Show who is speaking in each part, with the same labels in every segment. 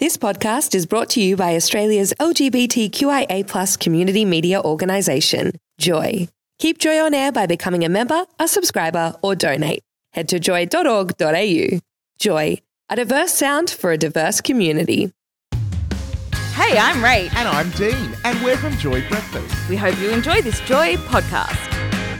Speaker 1: This podcast is brought to you by Australia's LGBTQIA community media organisation, Joy. Keep Joy on air by becoming a member, a subscriber, or donate. Head to joy.org.au. Joy, a diverse sound for a diverse community.
Speaker 2: Hey, I'm Ray.
Speaker 3: And I'm Dean, and we're from Joy Breakfast.
Speaker 2: We hope you enjoy this Joy podcast.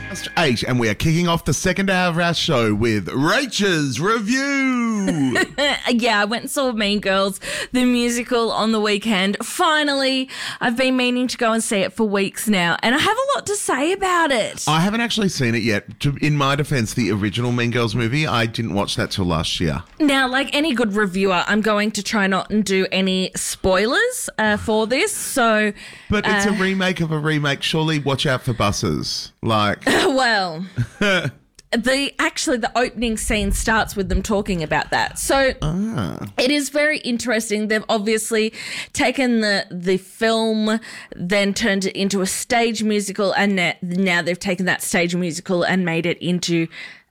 Speaker 3: Mr. H, and we are kicking off the second hour of our show with Rachel's Review.
Speaker 4: Uh, yeah, I went and saw Mean Girls, the musical, on the weekend. Finally, I've been meaning to go and see it for weeks now, and I have a lot to say about it.
Speaker 3: I haven't actually seen it yet. To- In my defense, the original Mean Girls movie, I didn't watch that till last year.
Speaker 4: now, like any good reviewer, I'm going to try not and do any spoilers uh, for this. So,
Speaker 3: But it's a remake of a remake. Surely watch out for buses. Like,
Speaker 4: well. The actually the opening scene starts with them talking about that. So
Speaker 3: Ah.
Speaker 4: it is very interesting. They've obviously taken the the film, then turned it into a stage musical, and na- now they've taken that stage musical and made it into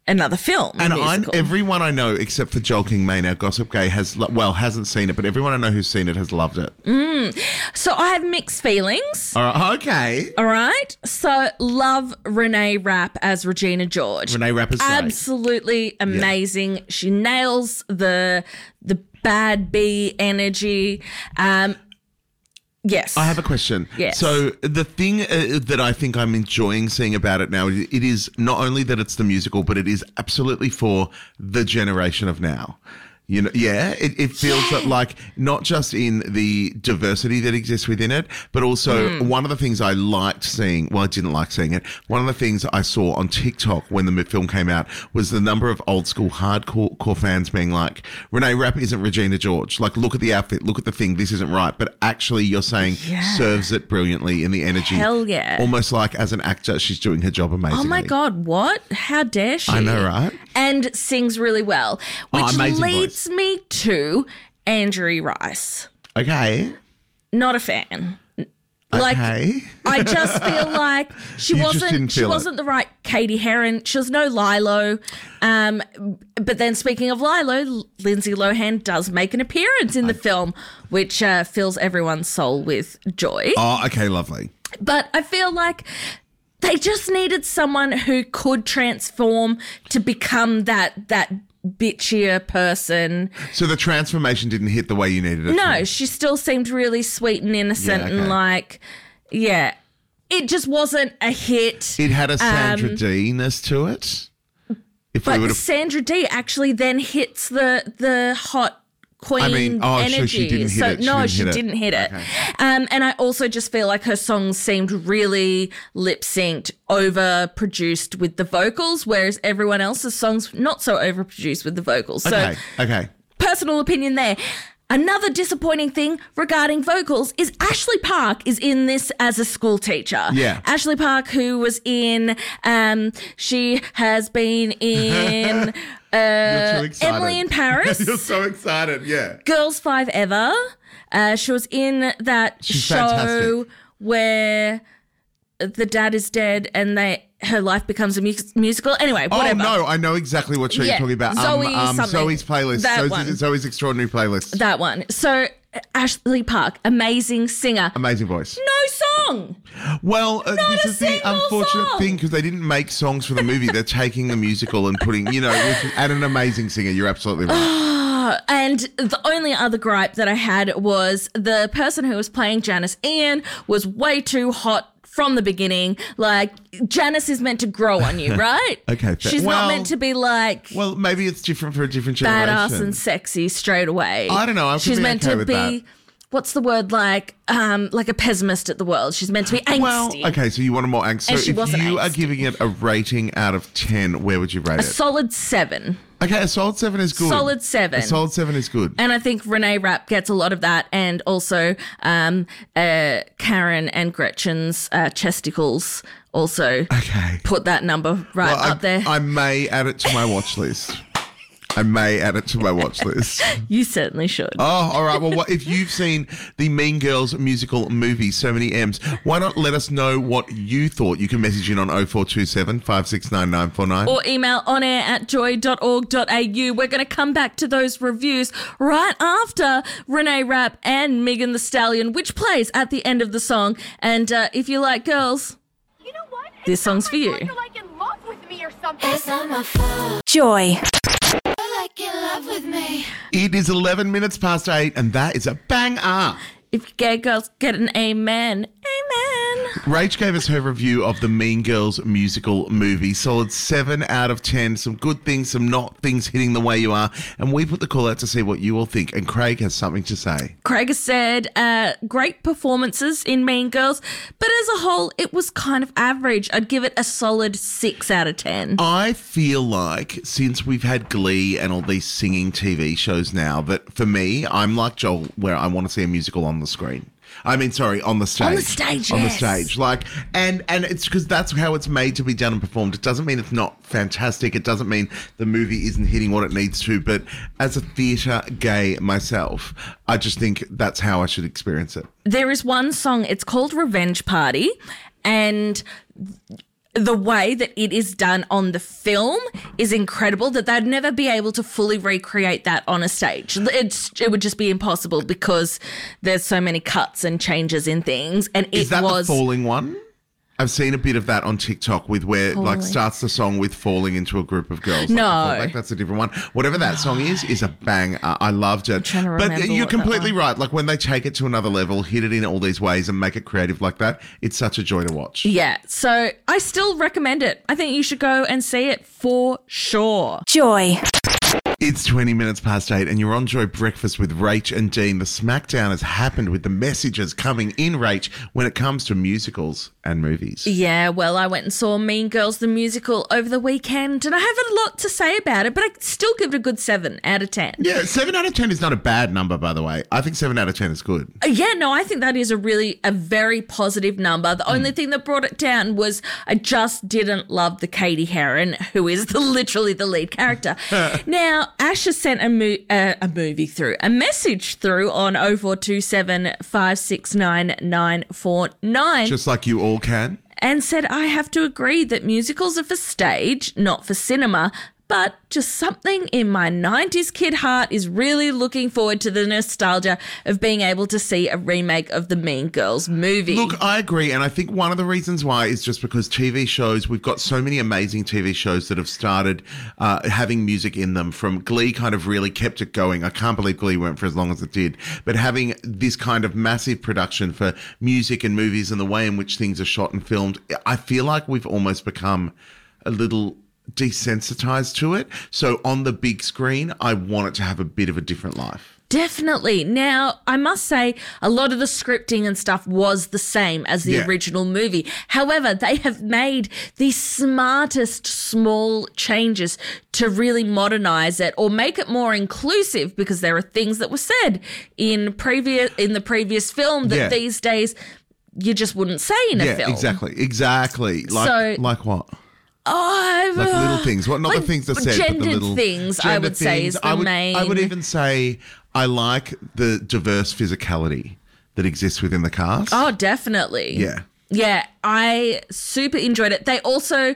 Speaker 4: another film.
Speaker 3: and I'm,
Speaker 4: musical.
Speaker 3: everyone I know, except for Joel King Main, our gossip gay, has, lo- well, hasn't seen it, but everyone I know who's seen it has loved it.
Speaker 4: so I have mixed feelings.
Speaker 3: All right, okay.
Speaker 4: All right. So love Renee Rapp as Regina George.
Speaker 3: Renee Rapp is great.
Speaker 4: absolutely amazing. She nails the the bad bee energy. Um, yes.
Speaker 3: I have a question.
Speaker 4: Yes.
Speaker 3: So the thing uh, that I think I'm enjoying seeing about it now, it is not only that it's the musical, but it is absolutely for the generation of now. You know, yeah, it, it feels that like not just in the diversity that exists within it, but also one of the things I liked seeing. Well, I didn't like seeing it. One of the things I saw on TikTok when the mi- film came out was the number of old school hardcore core fans being like, "Renee Rapp isn't Regina George. Like, look at the outfit, look at the thing. This isn't right." But actually, you're saying serves it brilliantly in the energy.
Speaker 4: Hell yeah.
Speaker 3: Almost like as an actor, she's doing her job amazingly.
Speaker 4: Oh my god! What? How dare she?
Speaker 3: I know, right?
Speaker 4: And sings really well,
Speaker 3: Oh,
Speaker 4: which
Speaker 3: amazing
Speaker 4: leads me to Andrew Rice.
Speaker 3: Okay.
Speaker 4: Not a fan. Like
Speaker 3: okay.
Speaker 4: I just feel like she
Speaker 3: You just didn't
Speaker 4: wasn't she
Speaker 3: feel it.
Speaker 4: wasn't the right Katie Heron. She was no Lilo. Um, but then speaking of Lilo, Lindsay Lohan does make an appearance in the film, which uh, fills everyone's soul with joy.
Speaker 3: Oh, okay. Lovely.
Speaker 4: But I feel like they just needed someone who could transform to become that that bitchier person.
Speaker 3: So the transformation didn't hit the way you needed it.
Speaker 4: No, she still seemed really sweet and innocent
Speaker 3: Yeah, okay.
Speaker 4: and like, yeah. It just wasn't a hit.
Speaker 3: It had a Sandra Dean-ness to it. If we
Speaker 4: Um, But
Speaker 3: would have,
Speaker 4: Sandra D actually then hits the the hot queen
Speaker 3: mean, oh,
Speaker 4: energy.
Speaker 3: so she didn't hit
Speaker 4: So,
Speaker 3: it. She
Speaker 4: no,
Speaker 3: didn't
Speaker 4: she
Speaker 3: hit it.
Speaker 4: didn't hit it. Um, and I also just feel like her songs seemed really lip synced, overproduced with the vocals, whereas everyone else's songs not so overproduced with the vocals. So
Speaker 3: okay, okay.
Speaker 4: personal opinion there. Another disappointing thing regarding vocals is Ashley Park is in this as a school teacher.
Speaker 3: Yeah.
Speaker 4: Ashley Park, who was in, um, she has been in
Speaker 3: You're too
Speaker 4: uh,
Speaker 3: excited.
Speaker 4: Emily in Paris,
Speaker 3: You're so excited. Yeah.
Speaker 4: Girls Five Ever. Uh, she was in that
Speaker 3: She's
Speaker 4: show
Speaker 3: fantastic.
Speaker 4: where the dad is dead and they her life becomes a mu- musical. Anyway, whatever.
Speaker 3: Oh no, I know exactly what show
Speaker 4: Yeah,
Speaker 3: you're talking about.
Speaker 4: Zoe
Speaker 3: um,
Speaker 4: something.
Speaker 3: Zoe's playlist.
Speaker 4: That
Speaker 3: Zoe's,
Speaker 4: one.
Speaker 3: Zoe's extraordinary playlist.
Speaker 4: That one. So Ashley Park, amazing singer.
Speaker 3: Amazing voice.
Speaker 4: no song.
Speaker 3: Well, uh, this
Speaker 4: a
Speaker 3: is the
Speaker 4: single
Speaker 3: unfortunate
Speaker 4: song.
Speaker 3: thing because they didn't make songs for the movie. They're taking the musical and putting, you know, with, and an amazing singer. You're absolutely right.
Speaker 4: And the only other gripe that I had was the person who was playing Janice Ian was way too hot from the beginning. Like Janice is meant to grow on you, right?
Speaker 3: Okay, fair.
Speaker 4: She's not
Speaker 3: Well-
Speaker 4: meant to be like
Speaker 3: well, maybe it's different for a different generation.
Speaker 4: badass and sexy straight away.
Speaker 3: I don't know, I could
Speaker 4: She's
Speaker 3: be
Speaker 4: meant
Speaker 3: okay
Speaker 4: to
Speaker 3: with
Speaker 4: be
Speaker 3: that.
Speaker 4: what's the word like um like a pessimist at the world. She's meant to be angsty.
Speaker 3: well, okay, so you want a more angst. So
Speaker 4: And she
Speaker 3: if
Speaker 4: wasn't
Speaker 3: you are
Speaker 4: angsty.
Speaker 3: giving it a rating out of 10, where would you rate
Speaker 4: A
Speaker 3: it?
Speaker 4: solid seven.
Speaker 3: okay, a solid 7 is good.
Speaker 4: Solid seven.
Speaker 3: A solid 7 is good.
Speaker 4: And I think Renee Rapp gets a lot of that, and also um, uh, Karen and Gretchen's uh, chesticles also
Speaker 3: okay.
Speaker 4: put that number right
Speaker 3: Well, I,
Speaker 4: up there.
Speaker 3: I may add it to my watch list. I may add it to my watch list.
Speaker 4: You certainly should.
Speaker 3: Oh, all right. Well, what, if you've seen the Mean Girls musical movie, so many M's, why not let us know what you thought? You can message in on 0427 569 949.
Speaker 4: or email on air at joy.org.au. We're going to come back to those reviews right after Renee Rapp and Megan the Stallion, which plays at the end of the song. And uh, if you like girls,
Speaker 5: You know what? It
Speaker 4: This
Speaker 5: sounds
Speaker 4: song's for
Speaker 5: like
Speaker 4: you.
Speaker 5: You're like in love with me or something.
Speaker 2: Joy.
Speaker 3: It is 11 minutes past 8, and that is a bang up.
Speaker 4: if you gay girls get an amen, amen.
Speaker 3: Rach gave us her review of the Mean Girls musical movie. Solid 7 out of 10. Some good things, some not things hitting the way you are. And we put the call out to see what you all think. And Craig has something to say.
Speaker 4: Craig has said uh, great performances in Mean Girls, but as a whole, it was kind of average. I'd give it a solid six out of 10.
Speaker 3: I feel like since we've had Glee and all these singing TV shows now, that for me, I'm like Joel, where I want to see a musical on the screen. I mean, sorry, on the stage.
Speaker 4: On the stage,
Speaker 3: on
Speaker 4: yes.
Speaker 3: the stage. Like, and and it's because that's how it's made to be done and performed. It doesn't mean it's not fantastic. It doesn't mean the movie isn't hitting what it needs to. But as a theatre gay myself, I just think that's how I should experience it.
Speaker 4: there is one song it's called revenge party and the way that it is done on the film is incredible that they'd never be able to fully recreate that on a stage it's, it would just be impossible because there's so many cuts and changes in things and it
Speaker 3: Is that
Speaker 4: was
Speaker 3: the falling one? I've seen a bit of that on TikTok with where like starts the song with falling into a group of girls. Like,
Speaker 4: No.
Speaker 3: I felt like that's a different one. Whatever that song is is a bang. Uh, I loved it.
Speaker 4: trying to
Speaker 3: but
Speaker 4: remember
Speaker 3: you're
Speaker 4: what that
Speaker 3: completely right. Like when they take it to another level, hit it in all these ways and make it creative like that, it's such a joy to watch.
Speaker 4: yeah so i still recommend it i think you should go and see it for sure
Speaker 2: Joy.
Speaker 3: It's 20 minutes past 8 and you're on Joy Breakfast with Rach and Dean. The smackdown has happened with the messages coming in Rach when it comes to musicals and movies.
Speaker 4: Yeah, well, I went and saw Mean Girls the musical over the weekend, and I have a lot to say about it, but I still give it a good seven out of ten.
Speaker 3: Yeah, 7 out of 10 is not a bad number by the way. I think 7 out of 10 is good.
Speaker 4: Uh, Yeah, no, I think that is a really a very positive number. The only thing that brought it down was I just didn't love the Katie Heron, who is the, literally the lead character. now, Asher sent a, mo- uh, a movie through, a message through on 0427 569 949.
Speaker 3: Just like you all can.
Speaker 4: and said, I have to agree that musicals are for stage, not for cinema. But just something in my 90s kid heart is really looking forward to the nostalgia of being able to see a remake of the Mean Girls movie.
Speaker 3: Look, I agree. And I think one of the reasons why is just because TV shows, we've got so many amazing TV shows that have started uh, having music in them from Glee kind of really kept it going. I can't believe Glee went for as long as it did. But having this kind of massive production for music and movies and the way in which things are shot and filmed, I feel like we've almost become a little desensitized to it. So on the big screen, I want it to have a bit of a different life.
Speaker 4: Definitely. Now, I must say, a lot of the scripting and stuff was the same as the
Speaker 3: Yeah.
Speaker 4: original movie. However, they have made the smartest small changes to really modernize it or make it more inclusive because there are things that were said in previous in the previous film that
Speaker 3: Yeah.
Speaker 4: these days you just wouldn't say in a
Speaker 3: Yeah,
Speaker 4: film.
Speaker 3: exactly. Exactly. Like
Speaker 4: So-
Speaker 3: like what?
Speaker 4: Oh,
Speaker 3: Like little things. What not the
Speaker 4: Like
Speaker 3: things that said, but
Speaker 4: gendered
Speaker 3: the little
Speaker 4: things, I
Speaker 3: Gender
Speaker 4: would say, is
Speaker 3: things.
Speaker 4: the
Speaker 3: I would, I would
Speaker 4: main-
Speaker 3: even say I like the diverse physicality that exists within the cast.
Speaker 4: Oh, definitely.
Speaker 3: Yeah.
Speaker 4: Yeah, I super enjoyed it. They also,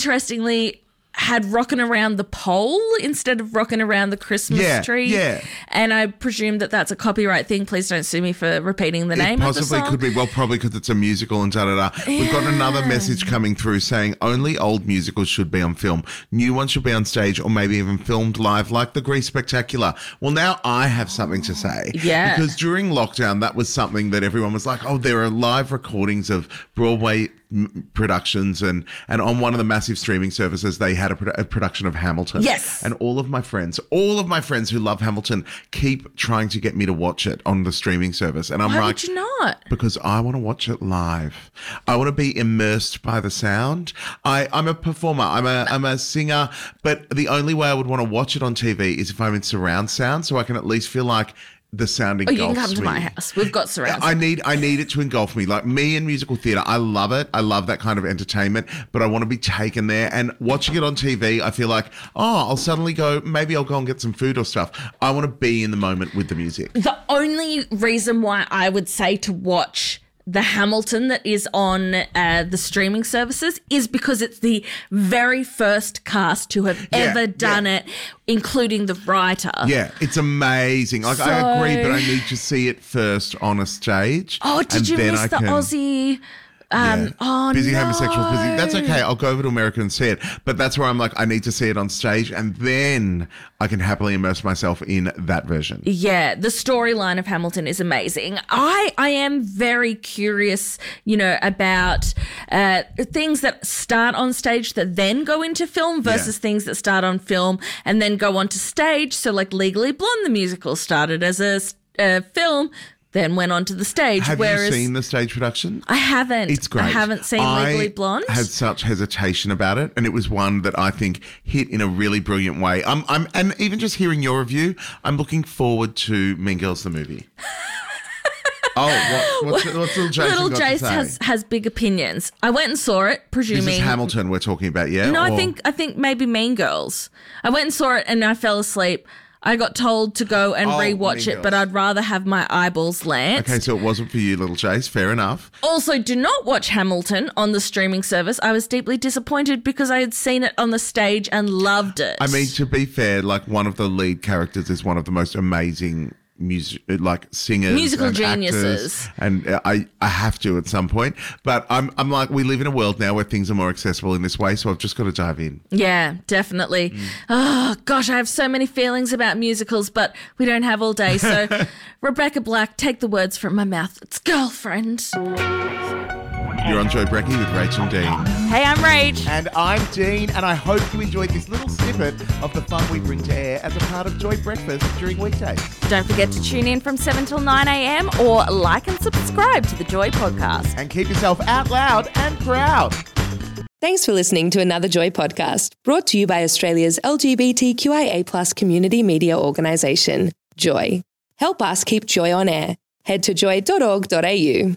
Speaker 4: interestingly, had rocking around the pole instead of rocking around the Christmas
Speaker 3: Yeah,
Speaker 4: tree.
Speaker 3: yeah.
Speaker 4: And I presume that that's a copyright thing. Please don't sue me for repeating the name
Speaker 3: It possibly
Speaker 4: of the song.
Speaker 3: could be well, probably because it's a musical and da da da. We've got another message coming through saying only old musicals should be on film. New ones should be on stage or maybe even filmed live, like the Grease Spectacular. Well, now I have something to say.
Speaker 4: Yeah.
Speaker 3: Because during lockdown, that was something that everyone was like, oh, there are live recordings of Broadway m- productions and and on one of the massive streaming services they had a, produ- a production of Hamilton.
Speaker 4: Yes.
Speaker 3: And all of my friends, all of my friends who love Hamilton keep trying to get me to watch it on the streaming service and I'm
Speaker 4: Why
Speaker 3: like
Speaker 4: would you not?
Speaker 3: because I want to watch it live. I want to be immersed by the sound. I, I'm a performer. I'm a I'm a singer. But the only way I would want to watch it on TV is if I'm in surround sound, so I can at least feel like the sound
Speaker 4: Oh,
Speaker 3: engulfs
Speaker 4: you can come to
Speaker 3: me.
Speaker 4: my house. We've got surround.
Speaker 3: I need I need it to engulf me. Like me and musical theatre, I love it. I love that kind of entertainment, but I want to be taken there. And watching it on TV, I feel like, oh, I'll suddenly go. Maybe I'll go and get some food or stuff. I want to be in the moment with the music.
Speaker 4: the only reason why I would say to watch the Hamilton that is on uh, the streaming services is because it's the very first cast to have ever done
Speaker 3: yeah.
Speaker 4: it, including the writer.
Speaker 3: Yeah, it's amazing. Like I agree,
Speaker 4: So-
Speaker 3: but I need to see it first on a stage.
Speaker 4: Oh, did
Speaker 3: and
Speaker 4: you
Speaker 3: then
Speaker 4: miss
Speaker 3: I
Speaker 4: the
Speaker 3: can-
Speaker 4: Aussie? Um,
Speaker 3: Yeah.
Speaker 4: Oh,
Speaker 3: busy
Speaker 4: no.
Speaker 3: homosexual busy. That's okay. I'll go over to America and see it. But that's where I'm like, I need to see it on stage, and then I can happily immerse myself in that version.
Speaker 4: Yeah, the storyline of Hamilton is amazing. I I am very curious, you know, about uh, things that start on stage that then go into film versus
Speaker 3: Yeah.
Speaker 4: things that start on film and then go onto stage. So, like Legally Blonde, the musical started as a s- uh, film, then went onto the stage.
Speaker 3: Have
Speaker 4: whereas
Speaker 3: you seen the stage production?
Speaker 4: I haven't.
Speaker 3: It's great.
Speaker 4: I haven't seen
Speaker 3: I
Speaker 4: Legally Blonde.
Speaker 3: Had such hesitation about it, and it was one that I think hit in a really brilliant way. I'm, I'm, and even just hearing your review, I'm looking forward to Mean Girls the movie. oh, what, what's, what's little Jason
Speaker 4: Little
Speaker 3: got to
Speaker 4: Jace
Speaker 3: say?
Speaker 4: has has big opinions. I went and saw it, presuming
Speaker 3: This is Hamilton we're talking about, yeah?
Speaker 4: No, I
Speaker 3: Or-
Speaker 4: think I think maybe Mean Girls. I went and saw it and I fell asleep. I got told to go and
Speaker 3: Oh,
Speaker 4: rewatch
Speaker 3: Mean
Speaker 4: it, but
Speaker 3: Girls.
Speaker 4: I'd rather have my eyeballs lanced.
Speaker 3: Okay, so it wasn't for you, little Jace. Fair enough.
Speaker 4: Also, do not watch Hamilton on the streaming service. I was deeply disappointed because I had seen it on the stage and loved it.
Speaker 3: I mean, to be fair, like one of the lead characters is one of the most amazing music, like singers,
Speaker 4: Musical
Speaker 3: and actors,
Speaker 4: geniuses.
Speaker 3: and uh, I, I have to at some point. But I'm, I'm like, we live in a world now where things are more accessible in this way, so I've just got to dive in.
Speaker 4: yeah, definitely.
Speaker 3: Mm.
Speaker 4: Oh gosh, I have so many feelings about musicals, but we don't have all day. So, Rebecca Black, take the words from my mouth. It's girlfriend.
Speaker 3: You're on Joe Brecky with Rachel Dean,
Speaker 6: Hey, I'm Rach.
Speaker 3: and I'm Dean, and I hope you enjoyed this little snippet of the fun we bring to air as a part of Joy Breakfast during weekdays.
Speaker 6: Don't forget to tune in from 7 till 9 a.m. or like and subscribe to the Joy Podcast.
Speaker 3: And keep yourself out loud and proud.
Speaker 1: Thanks for listening to another Joy podcast brought to you by Australia's LGBTQIA community media organisation, Joy. Help us keep Joy on air. Head to joy.org.au.